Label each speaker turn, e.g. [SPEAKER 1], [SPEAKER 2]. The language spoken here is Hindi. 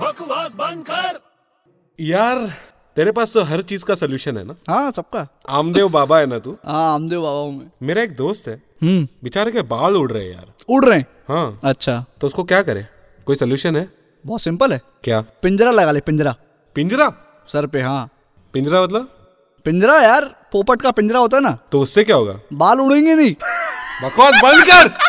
[SPEAKER 1] बकवास बंद कर
[SPEAKER 2] यार तेरे पास तो हर चीज का सोल्यूशन है ना
[SPEAKER 3] हाँ सबका
[SPEAKER 2] आमदेव बाबा है ना तू
[SPEAKER 3] हाँ आमदेव बाबा हूँ मैं
[SPEAKER 2] मेरा एक दोस्त है
[SPEAKER 3] हम्म
[SPEAKER 2] बेचारे के बाल उड़ रहे हैं यार
[SPEAKER 3] उड़ रहे हैं
[SPEAKER 2] हाँ
[SPEAKER 3] अच्छा
[SPEAKER 2] तो उसको क्या करे कोई सोल्यूशन है
[SPEAKER 3] बहुत सिंपल है
[SPEAKER 2] क्या
[SPEAKER 3] पिंजरा लगा ले पिंजरा
[SPEAKER 2] पिंजरा
[SPEAKER 3] सर पे हाँ
[SPEAKER 2] पिंजरा मतलब
[SPEAKER 3] पिंजरा यार पोपट का पिंजरा होता है ना
[SPEAKER 2] तो उससे क्या होगा
[SPEAKER 3] बाल उड़ेंगे नहीं
[SPEAKER 2] बकवास बंद कर